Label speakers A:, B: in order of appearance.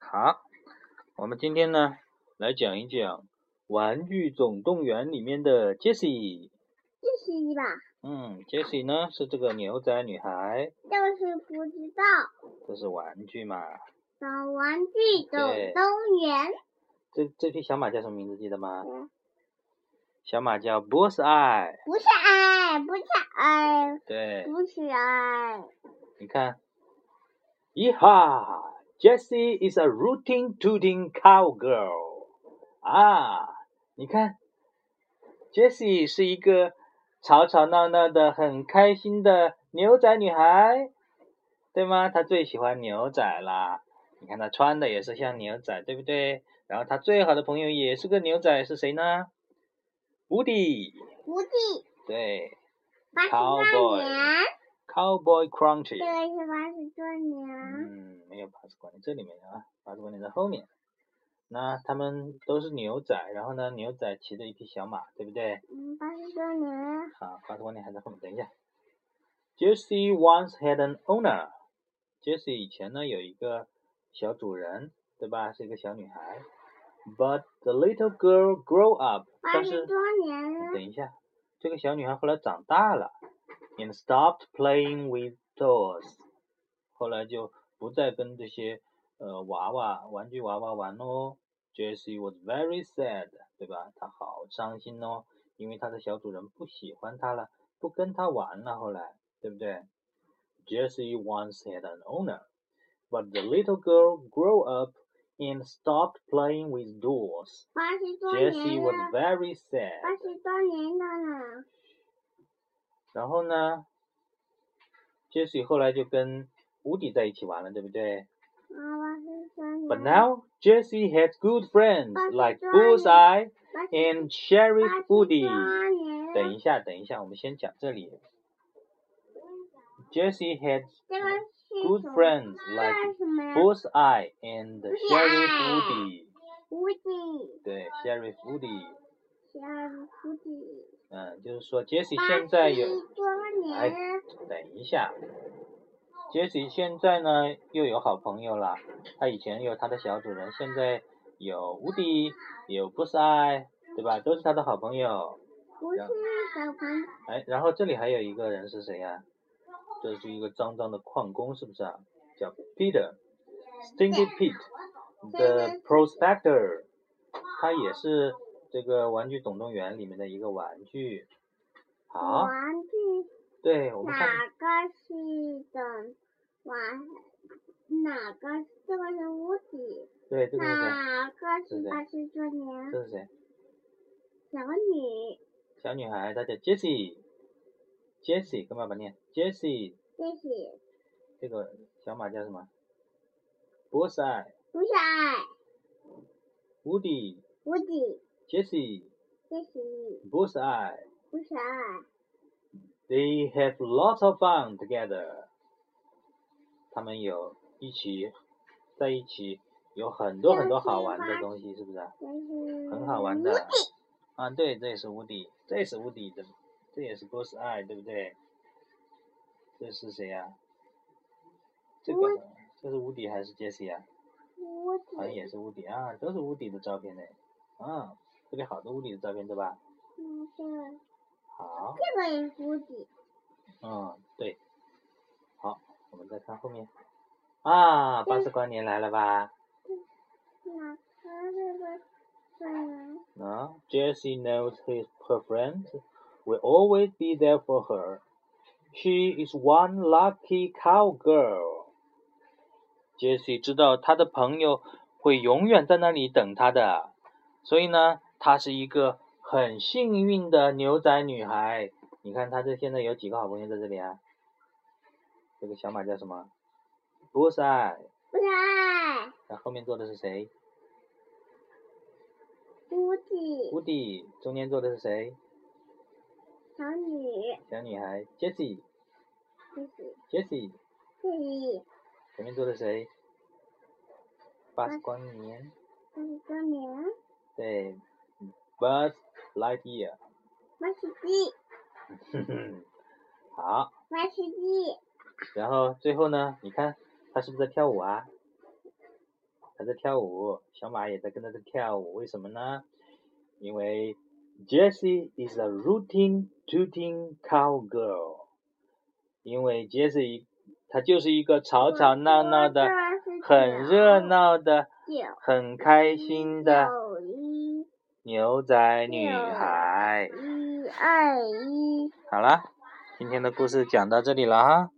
A: 茶。我们今天呢，来讲一讲《玩具总动员》里面的杰西。
B: 这是一吧，
A: 嗯，杰西呢是这个牛仔女孩，
B: 要是不知道，
A: 这是玩具嘛。
B: 找玩具总
A: 对
B: 动员，
A: 这这匹小马叫什么名字？记得吗？
B: 嗯
A: 小马叫 Bull's Eye。
B: 不是爱，不是爱，
A: 对，
B: 不是爱，
A: 你看，耶哈，Jessie is a rooting tooting cowgirl 啊！你看，Jessie 是一个吵吵闹闹的、很开心的牛仔女孩，对吗？她最喜欢牛仔啦。你看她穿的也是像牛仔，对不对？然后她最好的朋友也是个牛仔，是谁呢？无敌，
B: 不是
A: 对
B: 八十多
A: Cowboy
B: 年，
A: ，Cowboy Crunchy。
B: 这个是八十多年，
A: 嗯，没有巴斯光年，这里没有啊，巴斯光年在后面。那他们都是牛仔，然后呢，牛仔骑着一匹小马，对不对？
B: 嗯，八十多年，
A: 啊，巴斯光年还在后面，等一下。Jesse once had an owner。Jesse 以前呢有一个小主人，对吧？是一个小女孩。But the little girl grew up。
B: 八
A: 但
B: 十
A: 是
B: 多年
A: 嗯
B: 了，
A: 等一下，这个小女孩后来长大了，and stopped playing with dolls，后来就不再跟这些呃娃娃、玩具娃娃玩喽。Jessie was very sad，对吧？她好伤心哦，因为她的小主人不喜欢她了，不跟她玩了。后来，对不对？Jessie once had an owner，but the little girl grew up and stopped playing with dolls。
B: 八十多
A: Jessie
B: 年
A: was
B: 了，
A: very sad。
B: 八十多年了呢，
A: 然后呢，Jesse 后来就跟 Woody 在一起玩了，对不对、
B: 啊，八十多
A: b u
B: 年
A: t now Jesse has good friends like Bullseye
B: 八十
A: and
B: 八
A: Sheriff
B: 十
A: Woody。
B: 多年了，
A: 等一下，等一下，我们先讲这里。Jesse had
B: 这个是
A: good
B: 什么
A: friends
B: 这
A: like
B: 是什么呀？
A: Bullseye and Sheriff Woody。
B: 无敌。
A: 对，Sheriff Woody。
B: 小蝴蝶，
A: 嗯，就是说 Jesse 现在有。
B: 八十多年
A: 哎等一下，Jessie 现在呢又有好朋友了。她以前有她的小主人，现在有 Woody，有 b u s e 对吧？都是她的好朋友。
B: 不是小朋友，
A: 哎，然后这里还有一个人是谁呀、这是一个脏脏的矿工，是不是啊？叫 Peter Stinky Pete，The Prospector，他也是这个《玩具总动员》里面的一个玩具。好，
B: 玩具
A: 对，啊我们看
B: 哪个是的玩？哪个这个是无敌？
A: 对这个是谁？
B: 哪个
A: 对
B: 是
A: 对
B: 八十周年
A: 这是谁？
B: 小女？
A: 小女孩，她叫 Jessie，Jessie 干嘛把念？Jessie，
B: 这是
A: 这个小马叫什么？Bullseye、
B: 不是爱
A: Woody、
B: 无敌？
A: Jessie、
B: 这是
A: Bullseye。
B: 不是爱？
A: They have lots of fun together。他们有一起在一起，有很多很多好玩的东西，是不是啊？
B: 这是
A: 很好玩
B: 无
A: 的
B: 敌。
A: 啊，对，这也是 Woody，这也是 Woody 的，这也是 Bullseye，对不对？这是谁呀、这个
B: Woody
A: 这是 Woody 还是 Jessie 呀、
B: 无敌
A: 好像也是无敌啊，都是无敌的照片呢。啊，这里好多无敌的照片对吧？
B: 嗯，这个
A: 好，
B: 这个也是无敌。
A: 嗯，对。好，我们再看后面。啊，巴斯光年来了吧？
B: 哪个这个是呢？
A: 啊，Jessie knows his her friends will always be there for her. She is one lucky cowgirl. Jessie 知道她的朋友会永远在那里等她的，所以呢，她是一个很幸运的牛仔女孩。你看，她这现在有几个好朋友在这里啊？这个小马叫什么？Bullseye。
B: 不是爱，
A: 那后面坐的是谁
B: 无忌，
A: ？Woody。中间坐的是谁？
B: 小女，
A: 小女孩 Jessie。
B: 这是
A: Jessie。
B: 这里
A: 前面坐的谁？巴斯光年。
B: 八十多年，
A: 对，Buzz Lightyear。
B: 八十一，
A: 哼哼，好，
B: 八十一，
A: 然后最后呢？你看他是不是在跳舞啊？他在跳舞，小马也在跟着他跳舞。为什么呢？因为 Jessie is a rooting tooting cowgirl。因为 Jessie 她就是一个吵吵闹闹的、很热闹的、
B: 九
A: 很开心的
B: 九一
A: 牛仔女孩。
B: 一二一。
A: 好了，今天的故事讲到这里了哈。